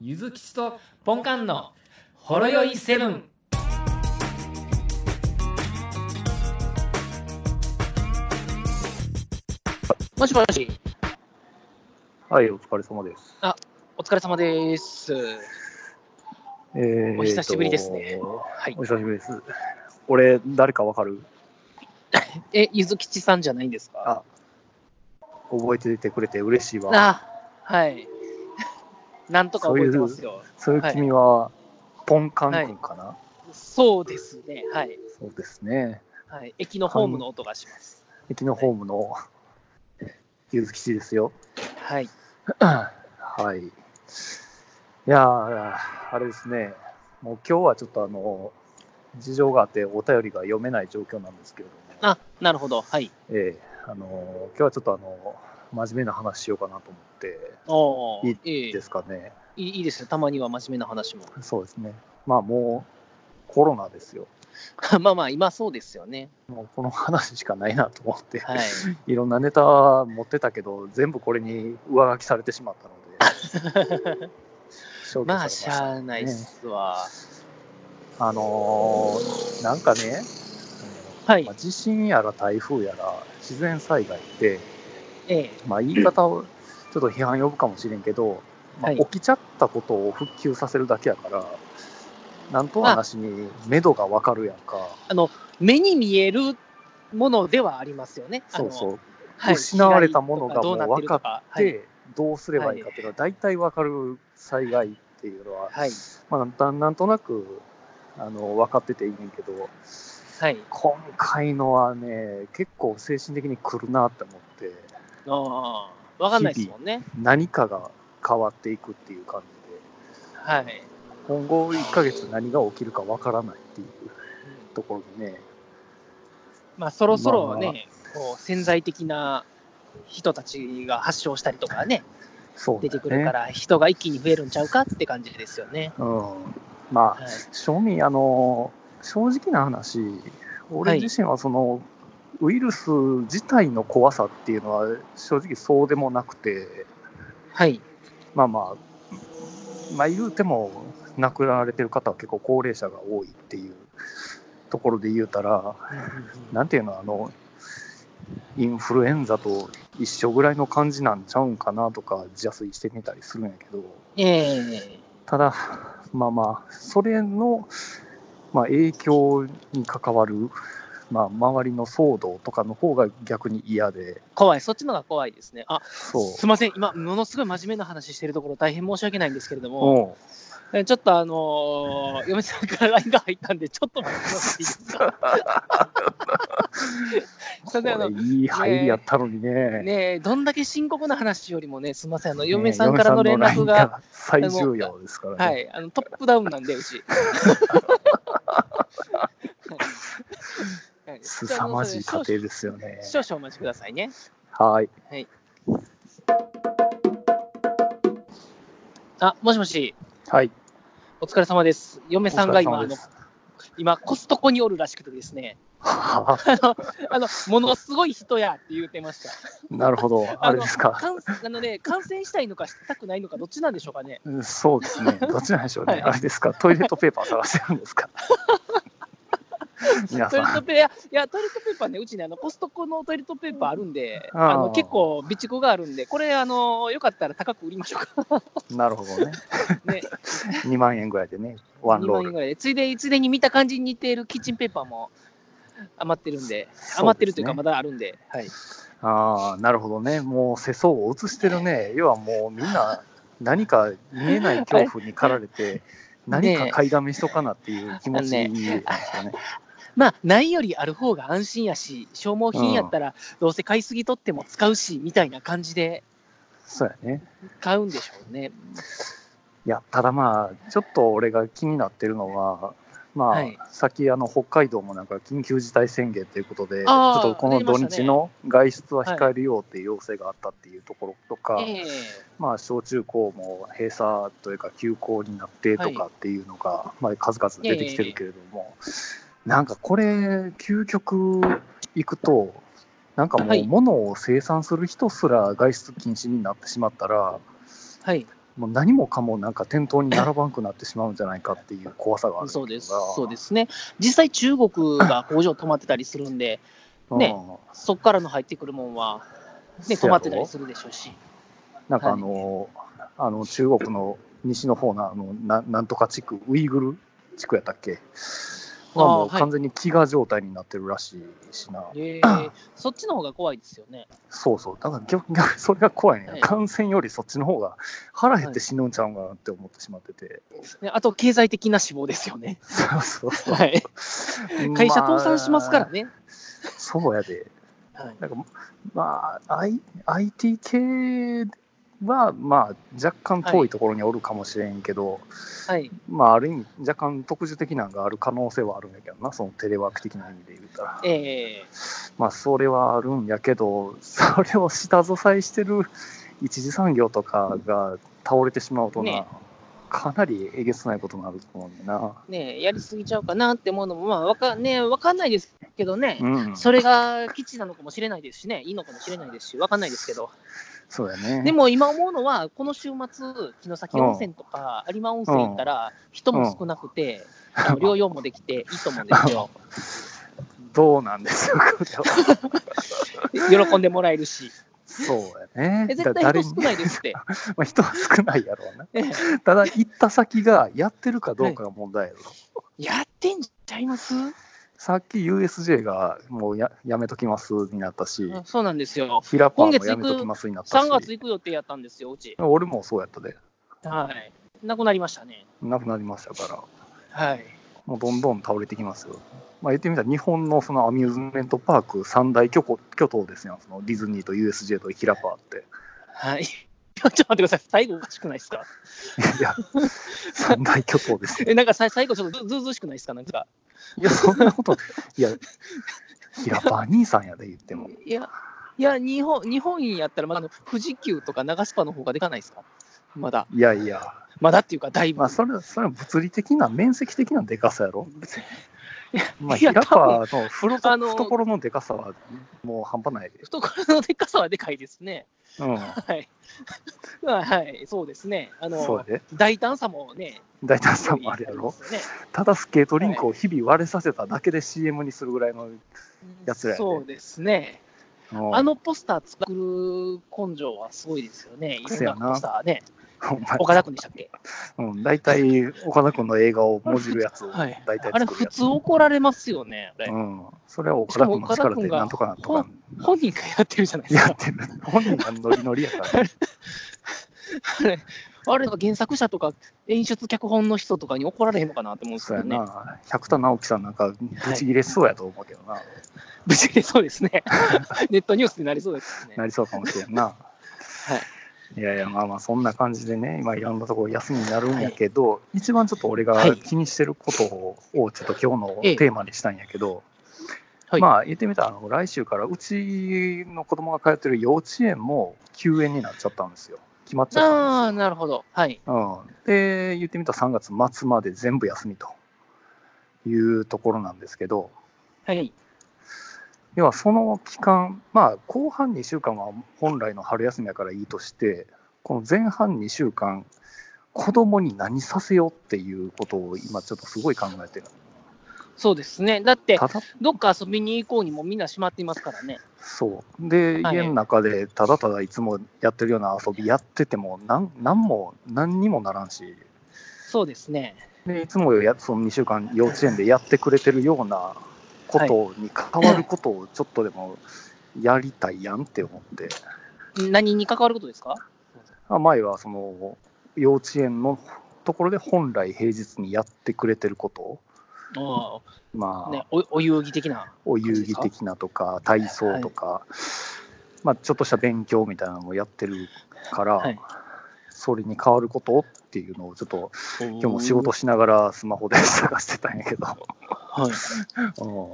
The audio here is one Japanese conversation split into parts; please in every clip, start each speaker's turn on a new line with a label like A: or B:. A: ゆずきちとポンカンのほろよいセブン。
B: もしもし、
C: はい、お疲れ様です。
B: お疲れ様です。
C: えー
B: お久しぶりですね
C: と
B: はい
C: お、久しぶりです。俺、誰かわかる
B: え、ゆずきちさんじゃないんですか
C: 覚えててくれて嬉しい
B: あ
C: わ。
B: はい。 なんとか覚えてますよ。
C: そういう君は、ポンカン君かな、
B: そうですね。はい。
C: そうですね。
B: はい。駅のホームの音がします。
C: 駅のホームの、ゆずきちで すよ。
B: はい。
C: はい。いやー、あれですね。もう今日はちょっとあの、事情があってお便りが読めない状況なんですけれども。
B: あ、なるほど。はい。
C: ええあの今日はちょっとあの真面目な話しようかなと思って
B: おお。
C: いい
B: ええ
C: ですかね、
B: いいいいですよ。たまには真面目な話も。
C: そうですねまあもうコロナですよ
B: まあまあ、今そうですよね。
C: もうこの話しかないなと思って、
B: はい。
C: い、ろんなネタ持ってたけど全部これに上書きされてしまったので 消去され
B: まあ、
C: ま
B: し
C: した
B: ゃあないっすわ。
C: あのーなんかね、
B: はい
C: まあ、。地震やら台風やら自然災害って、
B: ええ。
C: まあ、言い方をちょっと批判呼ぶかもしれんけど、ま
B: は
C: あ
B: い
C: 起きちゃったことを復旧させるだけやから、なんとはなしに、目処がわかるやんか、
B: あの、目に見えるものではありますよね。あ
C: そ
B: の
C: うそう、
B: はい
C: 失われたものがもう
B: 被害とかどうなってる
C: で、どうすればいいかっていうのは、大体わかる災害っていうのは、
B: とかはい。
C: まあ、だなんとなくあの分かってていいねんけど、
B: はい。はい
C: 今回のはね、結構精神的に来るなって思って、
B: ああ、わかんないですもんね。
C: 何かが変わっていくっていう感じで。
B: はい。
C: 今後1ヶ月何が起きるかわからないっていうところでね、
B: まあ、そろそろ
C: ま
B: ね、こう潜在的な人たちが発症したりとかね、
C: そうだよね
B: 出てくるか。ら、人が一気に増えるんちゃうかって感じですよね。
C: うん、まあ、
B: はい。
C: 正味、あの、正直な話、俺自身はその、ウイルス自体の怖さっていうのは正直そうでもなくて、
B: はい。
C: まあまあ、まあ言うても亡くなられてる方は結構高齢者が多いっていうところで言うたら、なんていうの、あの、インフルエンザと一緒ぐらいの感じなんちゃうんかなとか、自炊してみたりするんやけど、
B: ええ
C: ただ、まあまあ、それの、まあ、影響に関わる、まあ、周りの騒動とかの方が逆に嫌で、
B: 怖い。そっちのが怖いですね。あ、
C: そう。
B: すいません。今、ものすごい真面目な話してるところ、大変申し訳ないんですけれども、
C: おう
B: えちょっとあのー嫁さんから LINE が入ったんで、ちょっと待ってもらっ ていいですか。すいませんあの
C: これいい入りやったのにね。
B: ねえ、どんだけ深刻な話よりもね、すみません、あの
C: ね
B: 嫁さんからの連絡が、。
C: 嫁さんの LINE 最重要ですからね。
B: はい、あのトップダウンなんで、う ち。はい
C: すさまじい家庭ですよね。
B: 少々少々お待ちくださいね。
C: はい。
B: あ、もしもし、
C: はい。
B: お疲れ様です。嫁さんが今、
C: お
B: あ
C: 疲れ様
B: の
C: です
B: 今、コストコにおるらしくてですね、あの、あのものすごい人やって言ってました。
C: なるほど、あれですか。
B: の感あのね、感染したいのかしたくないのか、どっちなんでしょうかね。
C: うんそうで すね、どっちなんでしょうね、
B: はい
C: あれですか、トイレットペーパー探してるんですか。 皆
B: トイ
C: さ
B: レット
C: ん、
B: ペーパー、いや、トイレットペーパーね、うちね、あのコストコのトイレットペーパーあるんで、
C: あー
B: あの結構備蓄があるんで、これ、あのよかったら高く売りましょうか。
C: なるほどね、
B: ね、
C: 2万円ぐらいでね、ワン
B: 2
C: ロ
B: 万円
C: ール。
B: ぐらいで、ついでついでに見た感じに似ているキッチンペーパーも余ってるんで、余ってるというか、ま
C: そう
B: だあるんで、はい、
C: ですねああ、なるほどね、もう世相を映してるね、要はもうみんな、何か見えない恐怖に駆られて、何か買いだめしとかなっていう気持ちになりますよね。
B: まあ、ないよりある方が安心やし、消耗品やったら、どうせ買いすぎ取っても使うしみたいな感じで
C: そうやね。
B: 買うんでしょうね。
C: いや、ただまあ、ちょっと俺が気になってるのは、まあ、
B: はい
C: さっきあの北海道もなんか緊急事態宣言ということで、ちょ
B: あー
C: っとこの土日の外出は控えるようっていう要請があったっていうところとか、
B: ええ
C: まあ、小中高も閉鎖というか休校になってとかっていうのが、まあ、数々出てきてるけれども、なんかこれ、究極いくと、なんかも
B: は
C: う
B: い
C: 物を生産する人すら外出禁止になってしまったら、
B: はい、
C: もう何もかもなんか店頭に並ばんくなってしまうんじゃないかっていう怖さがあるんだけ
B: そ
C: ど
B: う
C: な
B: です、そうですね。実際、中国が工場止まってたりするんで、ね
C: うん
B: そこからの入ってくるもんは、ね、止
C: そやろ
B: まってたりするでしょうし。
C: なんかあの、あの中国の西の方のあのななんとか地区、ウイグル地区やったっけはも
B: あ
C: う
B: ーはい
C: 完全に飢餓状態になってるらしいしな、
B: えそっちの方が怖いですよね。
C: そうそう、だから逆逆にそれが怖いね、
B: はい
C: 感染よりそっちの方が腹減って死ぬんちゃうんかなって思ってしまってて、
B: ねあと、経済的な死亡ですよね。
C: そうそうそ
B: はい。
C: う
B: 会社倒産しますから
C: あ
B: ね。
C: そうやで、
B: はい
C: なんかまあ、I、IT 系は、まあ、若干遠いところにおるかもしれんけど、
B: はい。
C: まあ、ある意味、若干特殊的なんがある可能性はあるんやけどな、そのテレワーク的な意味で言ったら。
B: ええ
C: まあ、それはあるんやけど、 それを下支えしてる一次産業とかが倒れてしまうとな、
B: ね
C: かなりえげつないことになると思うんだよ
B: ねえやりすぎちゃうかなって思うのも、まあ、わか,、ね、わかんないですけどね。
C: な。うん、
B: それが基地なのかもしれないですしね、いいのかもしれないですし、わかんないですけど、
C: そうだね。
B: でも今思うのは、この週末、城崎温泉とか有馬温泉行ったら、人も少なくて、あの療養もできていいと思うんです よ、
C: どうなんでしょうか、 これは
B: 喜んでもらえるし、
C: そうやね。
B: え絶
C: だ
B: 対
C: 誰
B: 人
C: に
B: 少ないですって、
C: まあ、人は少ないやろうな。
B: ええ
C: ただ、行った先がやってるかどうかが問題やろ。
B: やってんじゃいます
C: さっき USJ がもうややめときますになったし、
B: あそうなんですよ、
C: ヒラパンもやめときますになったし、
B: 3月行く予定やったんですよ、うち、
C: 俺もそうやったで、
B: はい、なくなりましたね。
C: なくなりましたから、
B: はい
C: もうどんどん倒れてきますよ。まあ、言ってみたら、日本のそのアミューズメントパーク三大巨頭巨頭ですよ、そのディズニーと USJ とヒラパーって。
B: はい ちょっと待ってください、最後おかしくないですか
C: いや、三大巨頭ですよ。
B: えなんかさ最後ちょっとずずうずうしくないですかなんか。
C: いや、そんなこと、いや、ヒラパー兄さんやで、言っても。
B: いや、いや日本日本やったら、まだあの富士急とか長スパの方がでかないですか、まだ、
C: いやいや、
B: まだっていうか、だいぶ。
C: まあ、それ、それは物理的な、面積的なでかさやろ。まあ、
B: いや
C: 平川のふろ
B: あの
C: 懐のでかさはもう半端ないで。
B: 懐のでかさはでかいですね。
C: うん。
B: はい。 はいはい、そうですね。あ
C: そう
B: の、
C: で。
B: 大胆さもね、
C: 大胆さもあるやろ。
B: すごいですよ
C: ただスケートリンクを日々割れさせただけで CM にするぐらいの。
B: ね。
C: やつらやね
B: そうですね。
C: うん
B: あのポスター作る根性はすごいですよね。いろ
C: そ
B: ん
C: や
B: な
C: な
B: ポスターね。
C: お前
B: 岡田君でしたっけ
C: うん。大体、岡田君の映画をもじるやつを
B: はい。
C: 大体
B: あれ、
C: 作る
B: 普
C: やつ。
B: 通怒られますよね。あれ
C: うん。それは岡田君の力でなんとかなんとか
B: 本人がやってるじゃないです
C: や
B: か
C: っ。てる。本人がノリノリ やから。
B: あれ、原作者とか演出脚本の人とかに怒られへんのかなって思うんです
C: そ
B: け
C: う
B: ど
C: や
B: ね。
C: な。百田直樹さんなんか、ぶち切れしそうやと思うけどな。
B: ぶち切れそうです ね。ネットニュースになりそうですね
C: な。りそうかもしれ んな。いやいや、まあまあ、そんな感じでね、今、いろんなところ休みになるんやけど、一番ちょっと俺
B: は
C: が
B: い
C: 気にしてることを、ちょっと今日の
B: ええ
C: テーマにしたんやけど、
B: はい
C: まあ、言ってみたら、あの来週からうちの子供が通ってる幼稚園も休園になっちゃったんですよ。決まっちゃった
B: ああ、
C: んですよ。
B: なるほど。はい。
C: うん、で、言ってみたら3月末まで全部休みというところなんですけど、
B: はい。
C: 要はその期間、まあ、後半2週間は本来の春休みだからいいとして、この前半2週間、子供に何させようっていうことを今、ちょっとすごい考えてる。
B: そうですね。だって、
C: ただ、
B: どっか遊びに行こうにもみんな閉まっていますからね。
C: そう。で、
B: はい
C: 家の中でただただいつもやってるような遊びやってても、なんなんも、何にもならんし、
B: そうですね。
C: でいつもやその2週間、幼稚園でやってくれてるようなことに関わることをちょっとでもやりたいやんって思って。
B: 何に関わることですか
C: まあ前はその幼稚園のところで本来平日にやってくれてること、
B: あ
C: ま
B: あ、
C: あ
B: ね、おお遊戯的な。
C: お遊戯的なとか体操とか、まあ、ちょっとした勉強みたいなのもやってるから、
B: はい
C: それに変わることっていうのをちょっと
B: 今
C: 今日も仕事しながらスマホで探してたんやけど、
B: はい。
C: うん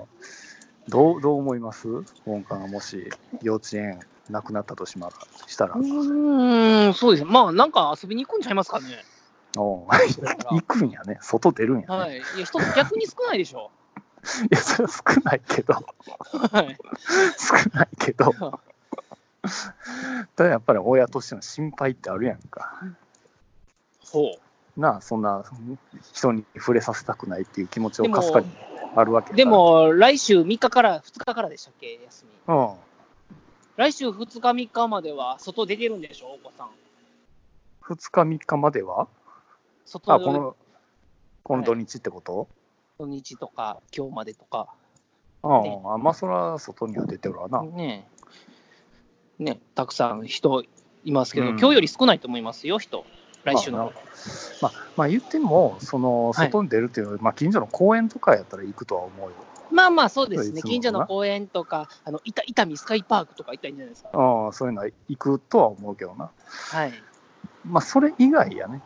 C: どうどう思います本官がもし幼稚園なくなったとしましたら、
B: うーん、そうですね。まあ、なんか遊びに行くんちゃいますかね。
C: おう 行くんやね外出るんやね、、
B: はいい。いや、一つ逆に少ないでしょ。
C: やそれは少ないけど
B: はい。
C: 少ない けど、ただやっぱり親としての心配ってあるやんか。
B: ほ
C: なあ、そんな人に触れさせたくないっていう気持ち
B: で
C: を
B: も
C: かすかにあるわけ
B: う。
C: だ
B: で、も、来週3日から、2日からでしたっけ、休み。
C: うん、
B: 来週2日、3日までは、外出てるんでしょ、お子さん。
C: 2日、3日までは、
B: 外
C: あこのこの土日ってこと、
B: 土日とか、今日までとか。ね
C: うん、あまあ、それは外には出てるわな。
B: ねえねえたくさん人いますけど、
C: うん
B: 今日より少ないと思いますよ、人。来週の
C: まあ。まあまあ、言っても、その
B: はい
C: 外に出るっていう、まあ、近所の公園とかやったら行くとは思うよ。
B: まあまあ、そうです
C: い
B: ね。
C: つも
B: 近所の公園とか、あの、伊丹伊丹スカイパークとか行ったらいいんじゃないですか。
C: うん、そういうのは行くとは思うけどな。
B: はい。
C: まあ、それ以外やね。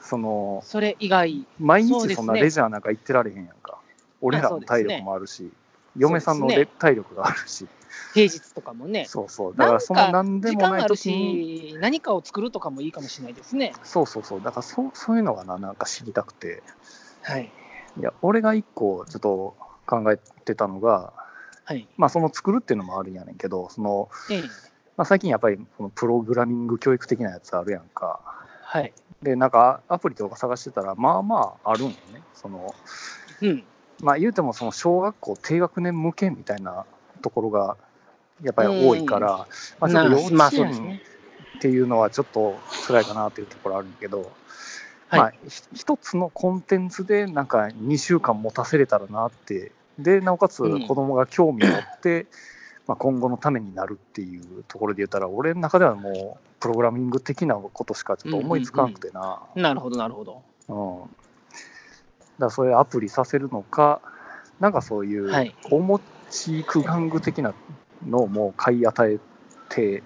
C: その、
B: それ以外、
C: 毎
B: そう
C: 日
B: です
C: そ
B: ね
C: んなレジャーなんか行ってられへんやんか。俺らの体力もあるし、嫁さんの
B: そうですね
C: 体力があるし。
B: 平日とかもね、
C: そうそう。だからその何で
B: 時
C: も
B: 間
C: な
B: が
C: い
B: ある
C: 時に。
B: し、何かを作るとかもいいかもしれないですね。
C: そうそうそう。だからそうそういうのがな、なんか知りたくて。
B: はい。
C: いや、俺が一個ちょっと考えてたのが、
B: はい。
C: まあその作るっていうのもあるんやねんけど、その、
B: ええ。
C: まあ最近やっぱりそのプログラミング教育的なやつあるやんか。
B: はい。
C: で、なんかアプリとか探してたら、まあまああるんよね。その、
B: うん。
C: まあ言うてもその小学校低学年向けみたいなところがやっぱり多いから、まあちょ
B: な
C: っと
B: るほど
C: 幼
B: まあ
C: 稚
B: そうです
C: 園
B: ね。
C: っていうのはちょっと辛いかなっていうところあるんだけど、
B: はい
C: まあひ一つのコンテンツでなんか2週間持たせれたらなって、で、なおかつ
B: うん
C: 子供が興味を持 って、まあ今後のためになるっていうところで言ったら、俺の中ではもうプログラミング的なことしかちょっと思いつかなくてな。
B: なるほど、なるほど。
C: うん。だからそういうアプリさせるのか、なんかそういう
B: はい
C: お餅クガング的なのをもう買い与えて、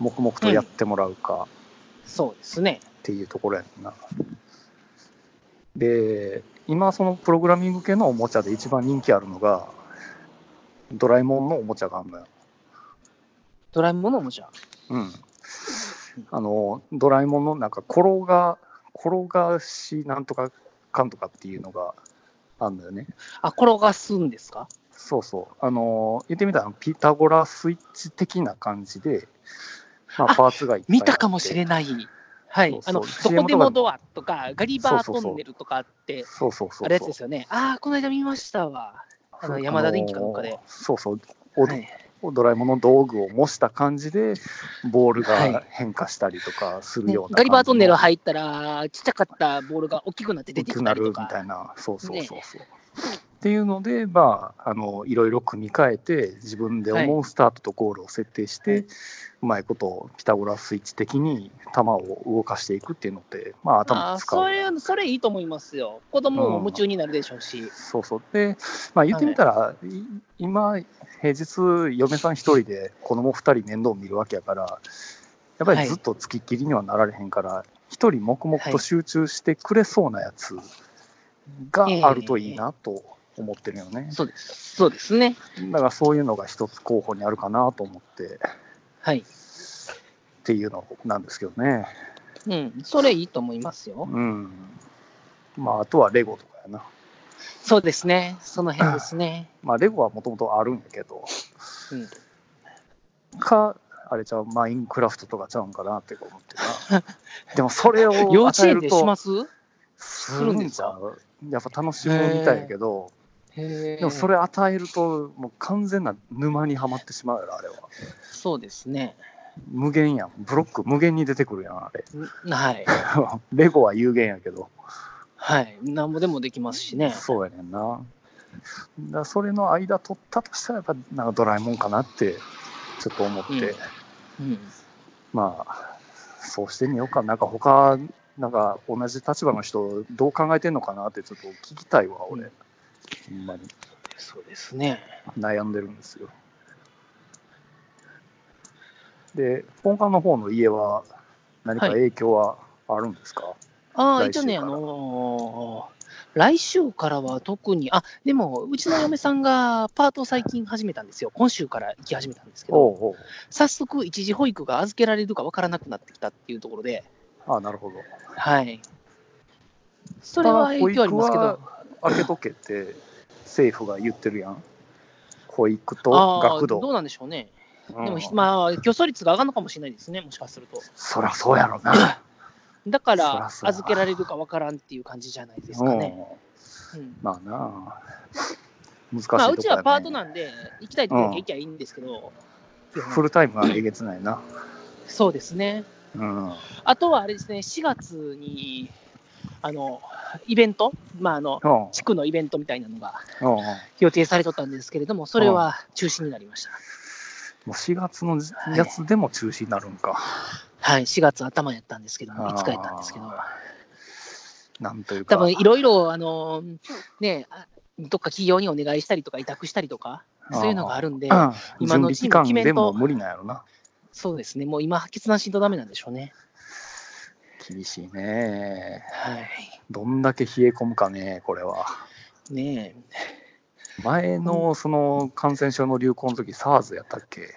C: 黙々とやってもらうか
B: そうですね。
C: っていうところやんな。で、今そのプログラミング系のおもちゃで一番人気あるのが、ドラえもんのおもちゃがあるのよ。
B: ドラえもんのおもちゃ。
C: うん。あの、ドラえもんのなんか転が、転がしなんとかかんとかっていうのがあるのよね。
B: あ、転がすんですか
C: そうそう。あのー言ってみたら、ピタゴラスイッチ的な感じで、まあ、
B: あ
C: パーツがいっぱい
B: 見たかもしれ
C: ない。
B: ない。はい。
C: そうそう
B: あの、ど
C: CM
B: こでもドアとか、ガリバートンネルとかあって、
C: そうそうそうそう。
B: あれやつですよね。ああ、この間見ましたわ。あの、山田電機かどっか
C: あ
B: で
C: のー。そうそう。お
B: はい。
C: ドラえもんの道具を模した感じで、ボール
B: は
C: が
B: い
C: 変化したりとかする
B: ね
C: ような感じの、
B: ガリバートンネル入ったら、ちっちゃかったボールが大きくなって出
C: 大
B: てき
C: きく
B: た
C: な
B: り
C: る
B: と
C: み
B: か。
C: たいな。そうそうそうそう。っていうので、まあ、あのいろいろ組み替えて自分で思うスタートとゴールを設定して、
B: はいう
C: まいことピタゴラスイッチ的に球を動かしていくっていうのって、まあ、頭
B: あ
C: を
B: あ、
C: 使う
B: それ、それいいと思いますよ。子供も夢中になるでしょうし。
C: そうそう。で、まあ言ってみたら、い今、平日、嫁さん一人で子供二人面倒見るわけやから、やっぱ
B: は
C: り
B: い
C: ずっとつきっきりにはなられへんから、一、人黙々と集中してくれそうなやつがあるといいなと思ってるよね。
B: そうです。そうですね。
C: だからそういうのが一つ候補にあるかなと思って、
B: はい。
C: っていうのなんですけどね。
B: うん。それいいと思いますよ。
C: うん。まああとはレゴとかやな。
B: そうですね。その辺ですね。
C: まあレゴはもともとあるんやけど、
B: うん。
C: か、あれちゃう、マインクラフトとかちゃうんかなって思ってな。 でもそれを
B: 幼
C: 与
B: 稚
C: え
B: 園
C: る
B: でしま
C: と、
B: す
C: するんちゃうやっぱ楽しむみたいやけど、
B: で
C: でもそれ与えると、もう完全な沼にはまってしまうよな、あれは。
B: そうですね。
C: 無限やん。ブロック無限に出てくるやん、あれ。
B: んはい。
C: レゴは有限やけど。
B: はい。なんぼでもできますしね。
C: そうやねんな。だからそれの間取ったとしたら、やっぱなんかドラえもんかなって、ちょっと思って、
B: うんうん。
C: まあ、そうしてみようか。なんか他、なんか同じ立場の人、どう考えてんのかなってちょっと聞きたいわ、俺。ほんまに
B: そうですね。
C: 悩んでるんですよ。で、ポンカンの方の家は、何か
B: はい
C: 影響はあるんですか、
B: ああ、
C: 来
B: 一
C: 週
B: 応ね、
C: か
B: あ
C: ら
B: のー来週からは特に、あでも、うちの嫁さんがパートを最近始めたん ですよ、今週から行き始めたんですけど、
C: おうおう
B: 早速、一時保育が預けられるか分からなくなってきたっていうところで、
C: ああ、なるほど。
B: はい。それは影響ありますけ
C: 保
B: ど、
C: 育は開けとけって政府が言ってるやん。保育と
B: あ
C: 学
B: ーど
C: 童。
B: うなんでしょうね、
C: うん
B: でも、まあ、競争率が上がるのかもしれないですね、もしかすると。
C: そりゃそうやろな。
B: だか
C: そら
B: ら
C: そうやな
B: 預けられるかわからんっていう感じじゃないですかね。
C: うん
B: うん
C: まあなあ、難しいとこ
B: ま
C: や
B: あ、
C: ね
B: うちはパートなんで、行きたいとこだけ行きゃいいんですけど、
C: フルタイムはえげつないな。
B: そうですね。
C: うん。うん。
B: あとはあれですね、4月に、あの、イベント、まあ、あの、
C: うん
B: 地区のイベントみたいなのが
C: うん
B: 予定されとったんですけれども、それは中止になりました。
C: もう4月のやつでも中止になるんか。
B: はい、4月頭やったんですけども、いつかやったんですけど、
C: なんというか。
B: 多分いろいろ、あの、ね、あどっか企業にお願いしたりとか、委託したりとか、そういうのがあるんで、
C: うん
B: 今のチーム
C: 準備
B: 決
C: 期間
B: めんと
C: でも無理なんやろな。
B: そうですね、もう今、決断しんとダメなんでしょうね。
C: 厳しいね。
B: はい。
C: どんだけ冷え込むかね、これは。
B: ねえ。
C: 前のその感染症の流行の時 SARS やったっけ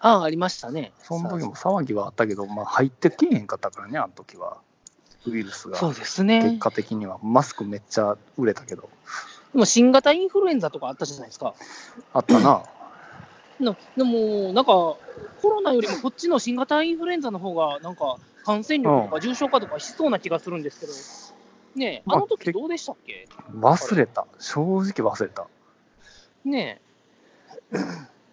B: ああ、ありましたね。
C: その時も騒ぎはあったけど、まあ、入ってけえへんかったからね、あの時は。ウイルスが
B: そう。です
C: 結
B: ね。
C: 果的には、マスクめっちゃ売れたけど、
B: でも新型インフルエンザとかあったじゃないですか。
C: あったな。
B: なでも、なんか、コロナよりもこっちの新型インフルエンザの方が、なんか、感染力とか重症化とかしそうな気がするんですけど、ねえ、
C: まあ
B: あの時どうでしたっけ
C: 忘れた。正直忘れた。
B: ね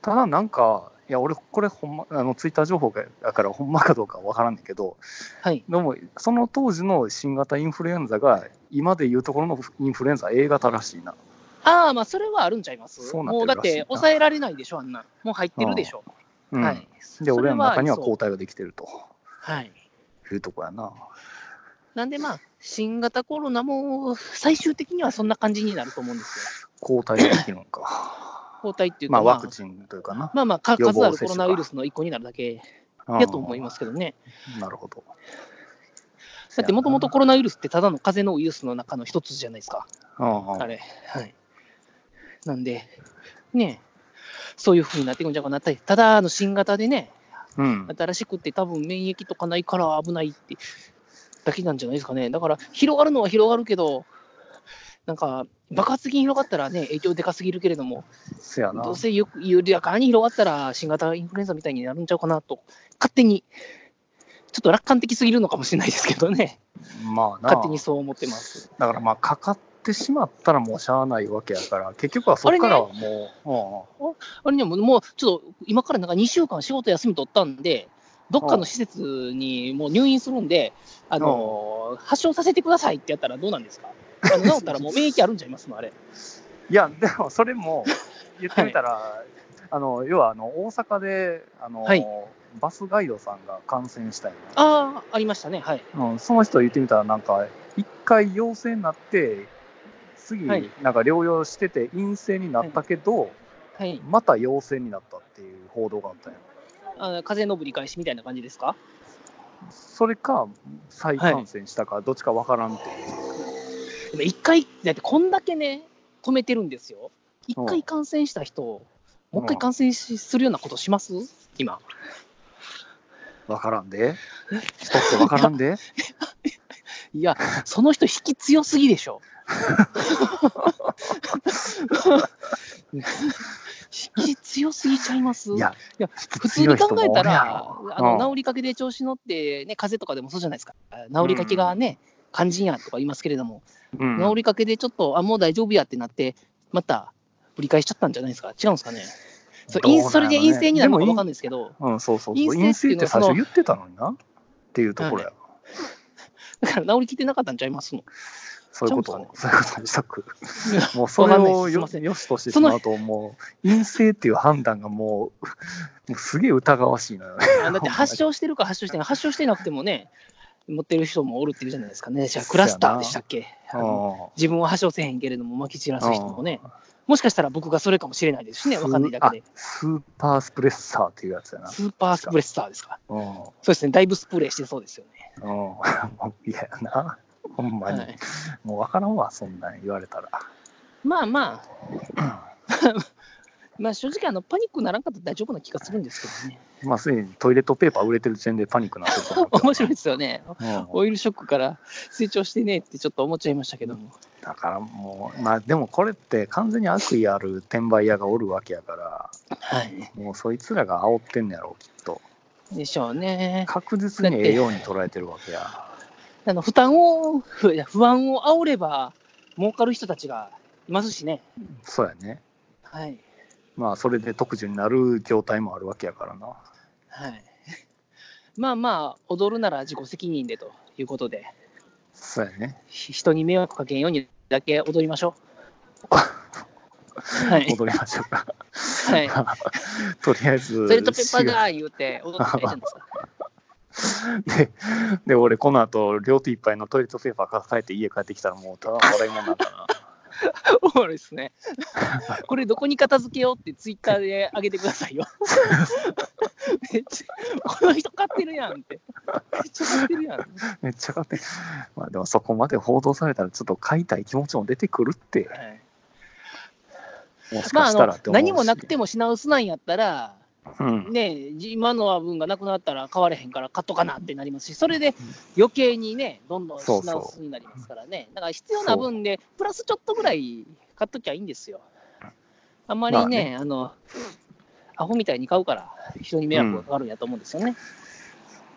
C: ただなんか、いや、俺、これほんま、あの、ツイッター情報だからほんまかどうかわからんねんけど、
B: え、はい。
C: でも、その当時の新型インフルエンザが、今でいうところのインフルエンザ A 型らしいな。
B: ああ、まあ、それはあるんちゃいます
C: そうなって
B: も
C: る
B: う
C: ら
B: だ
C: しいな
B: って、抑えられないでしょ、あんな。もう入ってるでしょ。
C: うん
B: はい。
C: で、俺らの中には
B: それ
C: 抗体ができてると
B: そう。はい。
C: いうとこやな。
B: なんで、まあ、新型コロナも、最終的にはそんな感じになると思うんです
C: 抗体ができる のか。
B: よ。抗体っていう
C: ま
B: か、
C: あ、ワクチンというかな。
B: まあまあ、か
C: 予防
B: 数ある
C: 接
B: コ
C: 種
B: ロ
C: か
B: ナウイルスの一個になるだけやと思いますけどね。
C: す。なるほど。
B: だってもともとコロナウイルスってただの風邪のウイルスの中の一つじゃないですか、
C: うんうん
B: あれ。はい、なんで、ねえそういうふうになっていくんじゃなかなって、ただあの新型でね、
C: うん。
B: 新しくって多分免疫とかないから危ないってだけなんじゃないですかね。だから広がるのは広がるけど、なんか爆発的に広がったらね、影響でかすぎるけれども、
C: せやな
B: どう。せゆ緩やかに広がったら新型インフルエンザみたいになるんちゃうかなと、勝手に、ちょっと楽観的すぎるのかもしれないですけどね、
C: まあな。
B: 勝手にそう思ってます。
C: だからまあ、かかってしまったらもうしゃあないわけやから、結局はそこからはも
B: あれね、もうもうちょっと今からなんか2週間仕事休み取ったんで、どっかの施設にもう入院するんで、あのー発症させてくださいってやったらどうなんですかあの治ったらもう免疫あるんちゃいますのあれ。
C: う、うん、いや、でもそ れも言ってみたら、あの要はあの大阪であの、
B: はい
C: バスガイドさんが感染したんよ
B: ああ、ありましたね。はい。
C: うん、その人言ってみたら、なんか、一回陽性になって、次、
B: は
C: なん
B: い
C: か療養してて陰性になったけど、
B: はい、
C: また陽性になったっていう報道があったんよ。
B: あの風邪のぶり返しみたいな感じですか
C: それか、再感染したか、どっちかわからんっていう。
B: でも一回、だってこんだけね、止めてるんですよ。一回感染した人、もう一回感染しするようなことします今。
C: わからんで。人ってわからんで。
B: いや、その人引き強すぎでしょ。引き強すぎちゃいます
C: いや、
B: いや普通
C: 強い
B: に
C: 人
B: 考
C: もおるや
B: え
C: ん
B: たら、あの
C: うん
B: 治りかけで調子乗って、ね、風邪とかでもそうじゃないですか、治りかけがね、肝心やとか言いますけれども、
C: うん
B: 治りかけでちょっと、あ、もう大丈夫やってなって、また振り返しちゃったんじゃないですか、違うんですかね。そ
C: どう
B: れ
C: なんやろね
B: それで陰性になるのか分かんないですけど、
C: うん、そうそうそう。陰
B: 陰
C: 性
B: 性
C: っ
B: ってて
C: 最
B: そ
C: 初
B: の
C: 言ってたのになっていうところや。
B: だから治りきってなかったんちゃいますの。
C: そういうことを、
B: ちゃうん
C: そういうことにし たく。もうそれ
B: わかんない
C: を
B: ですすい
C: よ
B: ません
C: よしとしてしまうと、もう陰性っていう判断がもう、もう すげえ疑わしいのよね。
B: あだって発症してるか発症してない発症してなくてもね、持ってる人もおるっていうじゃないですかね。じゃあクラスターでしたっけあの
C: う
B: 自分は発症せへんけれども、まき散らす人もね
C: う。
B: もしかしたら僕がそれかもしれないですしね、わかんないだけで。
C: んスーパースプレッサーっていうやつやな。
B: スーパースプレッサーですか。
C: うん。うん。
B: そうですね、だいぶスプレーしてそうですよね。
C: もう嫌やな。ほんまに。
B: はい
C: もうわからんわ、そんなん言われたら。
B: まあまあ、 まあ正直あの、パニックならんかったら大丈夫な気がするんですけどね。
C: まあ、すでにトイレットペーパー売れてる時点でパニックになってると思うけど
B: 面白いですよね。
C: うん
B: オイルショックから成長してねってちょっと思っちゃいましたけども。
C: だからもう、まあでもこれって完全に悪意ある転売屋がおるわけやか
B: はい。
C: ら、もうそいつらが煽ってんねやろ、きっと。
B: でしょうね。
C: 確実にええように捉えてるわけや。
B: あの負担を、ふいや不安を煽れば、儲かる人たちがいますしね。
C: そうやね。
B: はい。
C: まあ、それで特需になる業態もあるわけやからな。
B: はい。 まあまあ、踊るなら自己責任でということで、
C: そうやね。
B: ひ人に迷惑かけんようにだけ踊りましょう。 はい。
C: 戻りましょうか。
B: はい。
C: とりあえず。
B: トイレットペーパーだー言うて踊ってないじゃないですか。
C: で、で、俺、この後、両手いっぱいのトイレットペーパー抱えて家帰ってきたら、もう、ただの笑いもんなんだな。
B: おもろいですね。これどこに片付けようってツイッターで上げてくださいよ。めっちゃ、この人買ってるやんって。めっちゃ買ってるやん。は
C: めっちゃ勝手。まあ、でも、そこまで報道されたら、ちょっと買いたい気持ちも出てくるって、
B: い、
C: もし
B: ま
C: か
B: あ、あ
C: したら
B: の
C: って思うし、
B: 何もなくても品薄なんやったら、
C: うん。
B: ね、今のは分がなくなったら買われへんから買っとかなってなりますし、それで余計にね、どんどん
C: そうそう
B: 品薄になりますからね、だから必要な分で、プラスちょっとぐらい買っときゃいいんですよ。あんまりね、
C: まあね
B: あのアホみたいに買うから、人に迷惑がかかるんやと思うんですよね。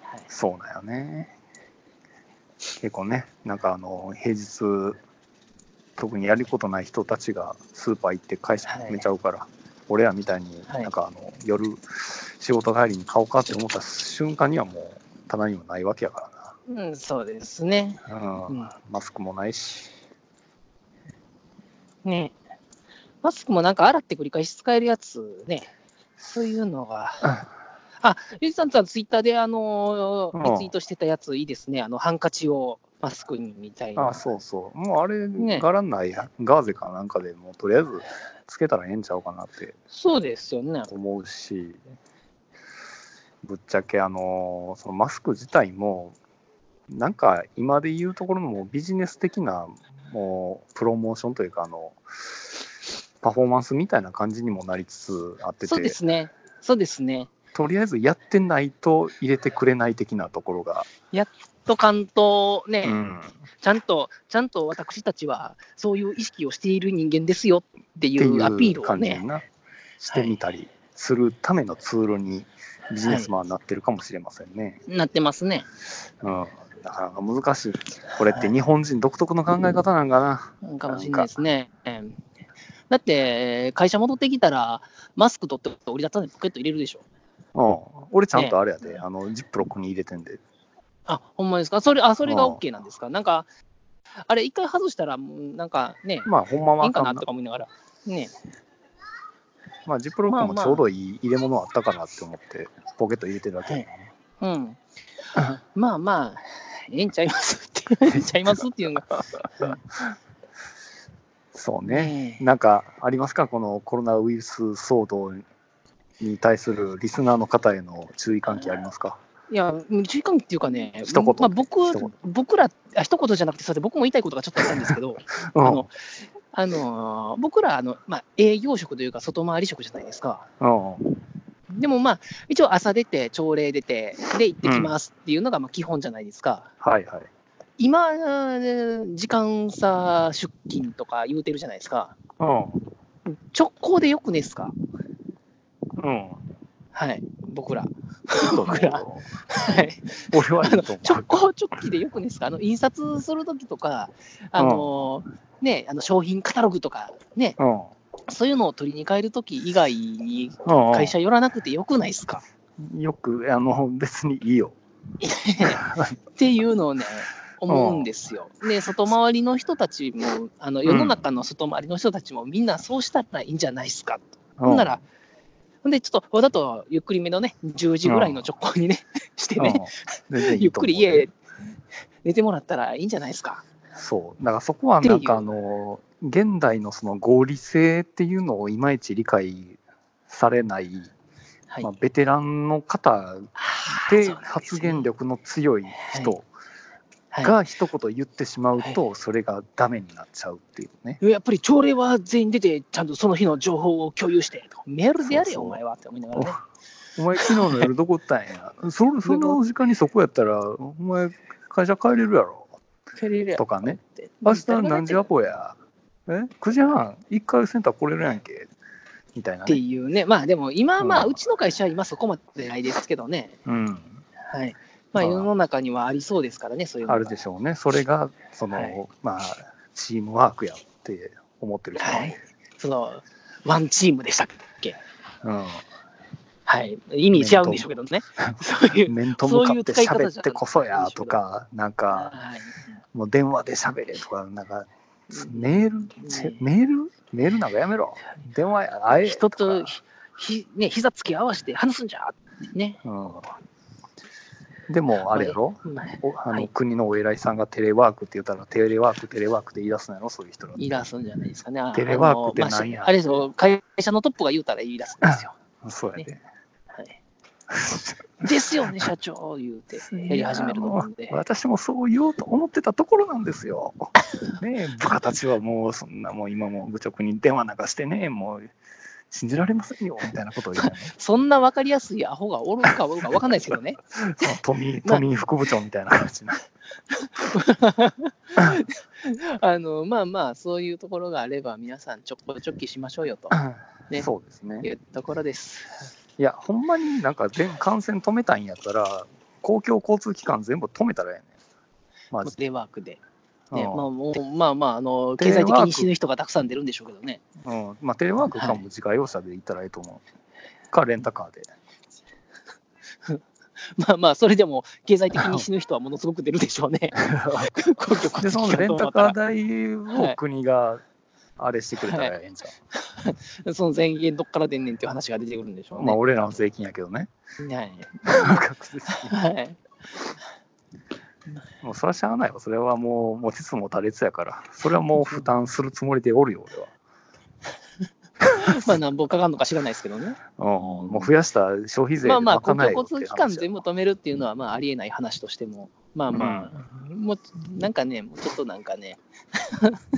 B: はい
C: そうだよね。結構ね、なんかあの平日、特にやることない人たちがスーパー行って会社
B: はい
C: 辞めちゃうから、俺らみたいに、
B: はい
C: なんかあの夜、仕事帰りに買おうかって思った瞬間にはもう、棚にもないわけやか
B: うん、そうですね。
C: らな。
B: う
C: うん
B: ん、
C: マスクもないし、
B: ねマスクもなんか洗って繰り返し使えるやつね、そういうのが。あ、ゆうじさんさん、ツイッターで、あの
C: うん
B: ー、リツイートしてたやつ、いいですね。あの、ハンカチをマスクにみたいな。
C: あそうそう、もうあれ、
B: ね
C: 柄ないや、ガーゼかなんかでもう、とりあえずつけたらええんちゃうかなって
B: そうですよね。
C: 思うし、ぶっちゃけあのそのマスク自体も、なんか今で言うところのもうビジネス的なもうプロモーションというかあの、パフォーマンスみたいな感じにもなりつつあって
B: そうで
C: て、
B: すね。そうですね。
C: とりあえずやってないと入れてくれない的なところが、
B: と関東ね、
C: うん、っ
B: ちゃんと、ちゃんと私たちは、そういう意識をしている人間ですよって
C: て
B: いうア
C: い
B: ピー
C: う
B: ルを
C: 感じに
B: ね。
C: な、してみたりするためのツールにビジネスマンになってるかもしれませんね。
B: なってますね。
C: うん、なかなか難しい。これって日本人独特の考え方なんかな。
B: かもしれないですね。うんだって、会社戻ってきたら、マスク取って折りたたんでポケット入れるでしょ。
C: うん、俺ちゃんとあれやで、あのジップロックに入れてんで。
B: あ、ほんまですかそれ、あ、それが
C: うん
B: OK なんですかなんか、あれ、一回外したら、うんなんかね、
C: まあ、ほんま
B: い
C: はいあ
B: んか
C: かん
B: な
C: な
B: とか思いながら。ね、
C: まあ、ジップロックも
B: まあまあ
C: ちょうどいい入れ物あったかなって思って、ポケット入れてるだけやな。
B: うん。まあまあ、ええんちゃいますって、ええんちゃいますっていうのが。
C: そうね。
B: ねえ
C: なんかありますか、このコロナウイルス騒動に対するリスナーの方への注意喚起ありますか。
B: いや、注意喚起っていうかね、
C: 一言
B: まあ、僕
C: 一言
B: 僕らあ、一言じゃなくて、それで僕も言いたいことがちょっとあったんですけど、
C: う
B: あ
C: ん、うん
B: の、あのー僕らあの、まあ、営業職というか、外回り職じゃないですか。でもまあ、一応朝出て、朝礼出て、で、行ってきますっていうのがまあ基本じゃないですか。
C: はいはい。
B: 今、えー時間差出勤とか言うてるじゃないですか。
C: う
B: 直行でよくねですか
C: ん、うん、
B: はい、僕ら。
C: 僕
B: 僕らはい、
C: 俺はい
B: あの
C: いと思
B: 直行直帰でよくねですかあの、印刷するときとか、あのね、あの商品カタログとか、ね、
C: う。
B: そういうのを取りに帰るとき以外に
C: うん、うん、
B: 会社寄らなくてよくないですか
C: よく、あの、別にいいよ。
B: っていうのを ね、思うんですよ。で、外回りの人たちも、あの世の中の外回りの人たちも、みんなそうしたらいいんじゃないですか。ほんなら、ほんで、ちょっと、わざとゆっくりめのね、10時ぐらいの直行にね、 してね、
C: うん、全然い
B: ゆっ
C: いと
B: く
C: 思う
B: り家へ寝てもらったらいいんじゃないですか。
C: そう。だからそこはなんかあの、現代のその合理性っていうのをいまいち理解されない、
B: はい。
C: まあ、ベテランの方
B: あー
C: で発言、力の強い
B: そ
C: 人
B: うなんですねは
C: が一言言ってしまうと、それがダメになっちゃうっていうね。
B: い、やっぱり朝礼は全員出て、ちゃんとその日の情報を共有して、とかメールでやれよ、
C: そうそう
B: お前はって思いながらね。
C: お前昨日の夜どこおったんや。それそんな時間にそこやったら、お前会社帰れるやろ。とかね。明日何時アポや。え ?9 時半、1回センター来れるやんけ。みたいな、
B: って
C: ね。
B: いうね、まあでも今はまあ、
C: うん
B: うちの会社は今そこまでないですけどね、
C: うん。
B: はい、まあ、
C: まあ
B: 世の中にはありそうですからね、そういうの
C: あるでしょうね。それが、その、
B: はい
C: まあ、チームワークやって思ってる人
B: はい。その、ワンチームでしたっけ
C: は、
B: はい。意味違うんでしょうけどね。そうい
C: うん。
B: う。
C: 面と向かって
B: そういう使い方
C: 喋
B: じ
C: っ
B: ゃ
C: てこそやとか、なんか、
B: はい
C: もう電話で喋れとか、なんか、メール、せメールメールなんかやめろ。電話や、あえ
B: 人と
C: か
B: ひ、ね、膝つき合わせて話すんじゃね。
C: うん。でも、あれやろ、
B: はい
C: おあの
B: はい
C: 国のお偉いさんがテレワークって言ったら、テレワーク、テレワークって言い出すのやろ、そういう人ら。
B: 言い出すんじゃないですかね。あ
C: テレワークって
B: あの
C: なんや
B: まああれですよ、会社のトップが言うたら言い出すん ですよ。
C: そうやで。
B: はい、ですよね、社長、言うて、やり始めると思うん
C: い
B: で
C: やも。私もそう言おうと思ってたところなんですよ。ねえ、部下たちはもう、そんなもう今も愚直に電話なんかしてね、もう信じられませんよ、みたいなこと を言うのね
B: そんな分かりやすいアホがおるかおるか分かんないですけどね。
C: そう富富井副部長みたいな感じな。
B: あのまあまあ、そういうところがあれば、皆さん、ちょこちょきしましょうよとね
C: そうですね。
B: いうところです。
C: いや、ほんまになんか全感染止めたいんやったら、公共交通機関全部止めたらええねん。ま
B: もうテレワークで。
C: う
B: ね
C: ん
B: まあ、もうまあまああの、
C: テレ
B: 経
C: ワー
B: 済
C: ク
B: 的に死ぬ人がたくさん出るんでしょうけどね。
C: うん、まあテレワークか
B: はい
C: も自家用車で行ったらいいと思う。か、レンタカーで。
B: まあまあ、それでも経済的に死ぬ人はものすごく出るでしょう ね。公共
C: で、
B: 交
C: そ
B: 通
C: の
B: 機
C: レ
B: 関
C: ン
B: と
C: タ
B: 思った
C: カ
B: ら
C: ー代を国があれしてくれたらええんちゃ
B: その前言どっから出んねんっていう話が出てくるんでしょ
C: う、
B: うね。
C: まあ俺らの税金やけどね。
B: はい
C: 学生税
B: はい。
C: 金もうそれはしゃあないわ。それはもう持ちつもたれつやから。それはもう負担するつもりでおるよ、俺は。
B: まあ、なんぼかかんのか知らないですけどね。
C: うん、もう増やした消費税
B: ま
C: で
B: あま
C: 賄
B: あ、公共
C: えよっ
B: 交
C: て
B: 通
C: いう話や
B: 機関全部止めるっていうのは、まあ、ありえない話としても、まあまあ、もう、なんかね、もうちょっとなんかね、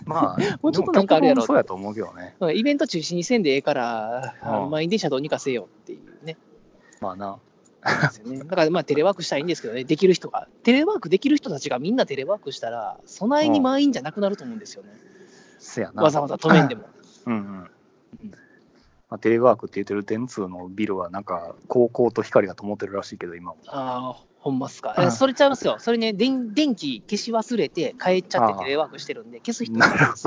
C: まあ、
B: もうちょっとなんかあれやろ
C: でも極論そうやと思うけどね。
B: イベント中止にせんでええから、あ
C: う
B: の
C: ん
B: 満員電車どうにかせよっていうね。
C: まあな。
B: ですよねだから、まあ、テレワークしたいんですけどね、できる人が、テレワークできる人たちがみんなテレワークしたら、備えに満員じゃなくなると思うんですよね。
C: せやな。
B: わざわざ止めんでも。
C: うんうん。まあ、テレワークって言ってる電通のビルは、なんか、高校と光が灯ってるらしいけど、 今も。
B: ああ、ほんまっすか。
C: うん
B: それちゃいますよ。それね、電電気消し忘れて、変えちゃっ
C: あ
B: て
C: あ
B: テレワークしてるんで、消す人
C: なるほど。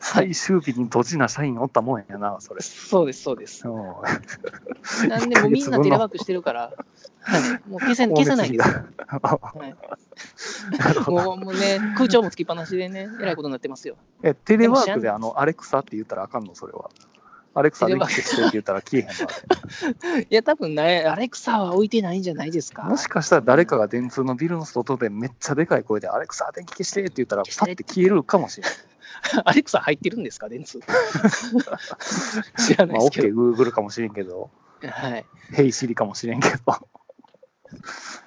C: 最終日にドジな社員おったもんやな、それ。
B: そうです、そうです。
C: うん
B: なんで、もうみんなテレワークしてるから、 はい、もう消せ消せないんですよ。はいもうもうね、空調もつきっぱなしでね、えらいことになってますよ。
C: え、テレワークで、あの、アレクサって言ったらあかんの、それは。アレクサ
B: テ
C: で
B: レワ
C: き
B: ーク
C: てしてって言ったら消えへんわ
B: いや、多分ね、アレクサは置いてないんじゃないですか。
C: もしかしたら誰かが電通のビルの外でめっちゃでかい声で、アレクサ電気消してって言ったら、パッて消えるかもしれない。
B: アレクサ入ってるんですか、電 通。知らな
C: ま
B: い
C: あ、
B: ですけ
C: OK、
B: ど。
C: Google かもしれんけど、
B: はい、
C: ヘイシリかもしれんけど。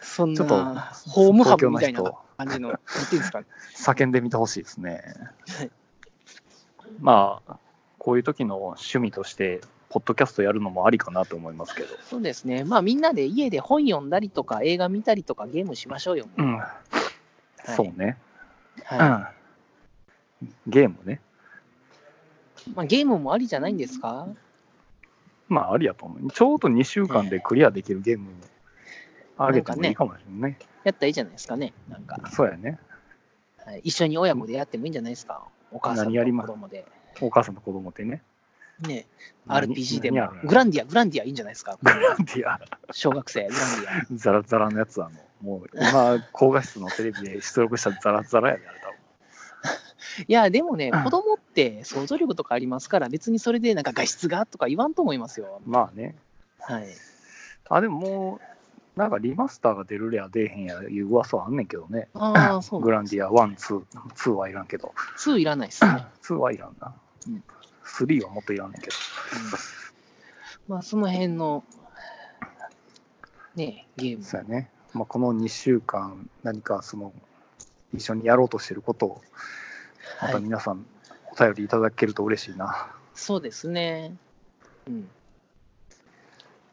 B: そん
C: ちょっと
B: な、ホームハ
C: 東京
B: ム
C: の
B: みたいな
C: 人
B: 感じの、なんていうんですかね。
C: 叫んでみてほしいですね
B: はい。
C: まあ、こういう時の趣味として、ポッドキャストやるのもありかなと思いますけど。
B: そうですね、まあみんなで家で本読んだりとか、映画見たりとか、ゲームしましょうよ。
C: うん、そうね、
B: は
C: うん。ゲームね。
B: いまあ、ゲームもありじゃないんですか
C: まあ、ありやと思う。ちょうど2週間でクリアできるゲームあげてもいいかもしれないね。
B: やったらいいじゃないですかね。なんか、
C: そうやね。
B: はい一緒に親子でやってもいいんじゃないですか。お母さん
C: 何
B: と
C: やりま
B: 子
C: す
B: 供で。
C: お母さんと子供ってね。
B: ね、RPG で
C: 何
B: も
C: 何や。る
B: グランディア、グランディアいいんじゃないですか。
C: いや、
B: 小学 生、グランディ
C: ザラザラのやつはもう、もう今、高画質のテレビで出力したザラザラやで、あれ多分
B: ア。いや、でもね、
C: うん
B: 子供って想像力とかありますから、別にそれでなんか画質がとか言わんと思いますよ。
C: まあね。
B: はい。
C: あ、でももう、なんかリマスターが出るや出えへんやいう噂はあんねんけどね。
B: ああ、そ
C: グ
B: う。
C: ランディア1、2、2はいらんけど、
B: 2いらないですね。
C: 2はいらんな
B: うん。
C: 3はもっといらんねんけど。
B: まあ、その辺の、ね、ゲーム。
C: そうやね。まあ、この2週間、何かその、一緒にやろうとしてることを、ま
B: は
C: た
B: い、
C: 皆さん、お便りいただけると嬉しいな。
B: そうですね。うん。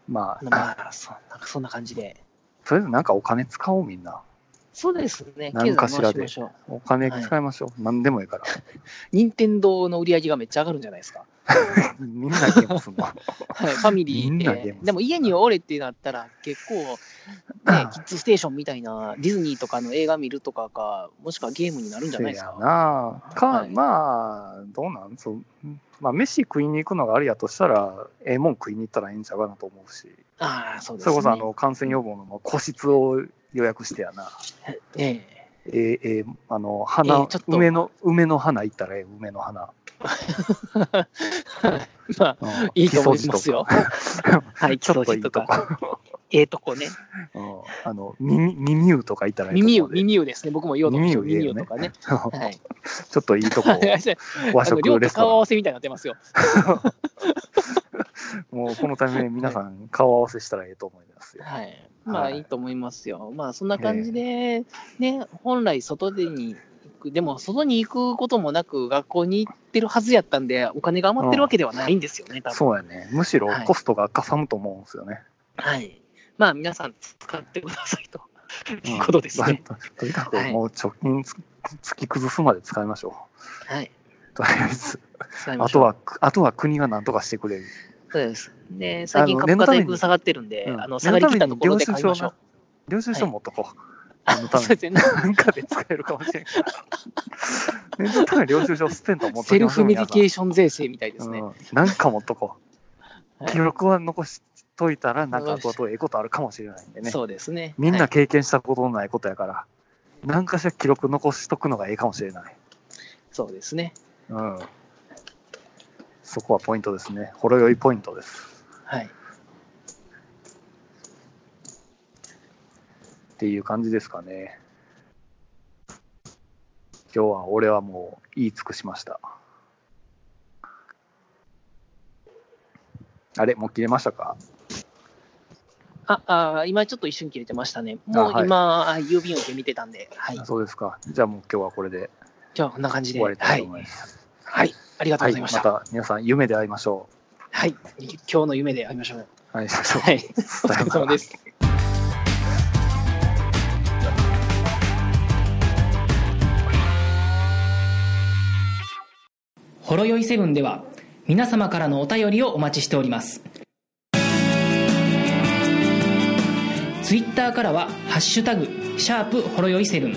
C: まあ、
B: まあ、そなんかそんな感じで。
C: とりあえずなんかお金使おう、みんな。
B: そうですね。
C: 何かしらで
B: 経済回しましょう。
C: お金使いましょう。何でもいいから。
B: 任天堂の売り上げがめっちゃ上がるんじゃないですか。
C: みんなゲームすんの。
B: はいファミリ
C: みん
B: ー
C: なゲーム、
B: です
C: る
B: でも家におれってなったら、結構、ね、キッズステーションみたいな、ディズニーとかの映画見るとかか、もしくはゲームになるんじゃ
C: せ
B: ないです
C: や
B: か。
C: なか、
B: はい
C: まあ、どうなんそう、まあ、飯食いに行くのがありやとしたら、ええもん食いに行ったらええんちゃうかなと思うし、
B: ああ、そうです
C: そ
B: ね。
C: れこそあの感染予防の個室を予約してやな、
B: ええ
C: ええええあの花、
B: ええちょっと
C: 梅の梅の花行ったらええ、梅 の花。
B: まあ、
C: うん
B: いいと思いますよ。。はい、
C: 木
B: 基
C: 曽
B: 礎
C: 路
B: 地
C: と
B: と
C: か
B: か、ええとこね。
C: うんあの耳耳湯とか行ったらええとこ
B: 耳を、
C: で
B: 耳をですね。僕も言おうと思ってました
C: 耳
B: 耳
C: を
B: を
C: 言え
B: と
C: よ
B: かね。はい。
C: ちょっといいとこ、和
B: あの
C: 食
B: 量
C: レ
B: と
C: ストラン
B: 顔合わせみたいになってますよ。
C: もうこのため皆さん顔合わせしたらええと思いますよ。
B: はい。ま
C: は
B: あ
C: い
B: いいと思いますよ。まあそんな感じで、ね、本来外でに行く、でも外に行くこともなく学校に行ってるはずやったんで、お金が余ってるわけではないんですよね、多分。
C: そうやね。むしろコストがかさむと思うんですよね。
B: はい。まあ皆さん使ってくださいと。
C: うん
B: いう ことですね。
C: ととにかくもう貯金つ、突き崩すまで使いましょ
B: はい。
C: う。とりあえず。
B: 使いま
C: あ
B: しょ
C: と
B: う。
C: は、あとは国が何とかしてくれる。
B: そうです。ね、最近株
C: 念の
B: 価
C: ために
B: だいぶ下がってるんで、
C: うん
B: あの下がりきったところで
C: 念
B: 買
C: の
B: い
C: ため
B: ま
C: に
B: しょう。
C: 領収書持っとこ
B: あ
C: 念のた め
B: そう
C: に
B: ですね。
C: う。 なんかで使えるかもしれんから。念のために領収書捨てんと思っと
B: セルフメディケー
C: シ
B: ション税制みたいですね。
C: うん、なんか持っとこう。
B: はい
C: 記録は残しといたら、なんか後々ええことあるかもしれないんでね。
B: そうですね。
C: みん
B: は
C: ない経験したことのないことやから、何かしら記録残しとくのがいいかもしれない。
B: そうですね。
C: うん。そこはポイントですね。ほろ酔いポイントです。
B: はい。
C: っていう感じですかね。今日は俺はもう言い尽くしました。あれもう切れましたか
B: あ、あー今ちょっと一瞬切れてましたね。
C: あ
B: もう
C: はい
B: 今、あ郵便受け見てたんで、はい。
C: そうですか。じゃあもう今日はこれで
B: じゃあこんな感じで。
C: 終わ
B: は
C: りたいと
B: い。
C: 思います。
B: はい。ありがとうご
C: はい。
B: ざいま
C: ま
B: した。
C: た皆さん夢で会いましょ
B: はい。今日の夢で会いましょう。
C: う。会いましょう。
B: はい。お疲 れ様です。
A: ほろよいセブンでは皆様からのお便りをお待ちしておりますツイッターからは「ハッシュタグシャープほろよいセブン」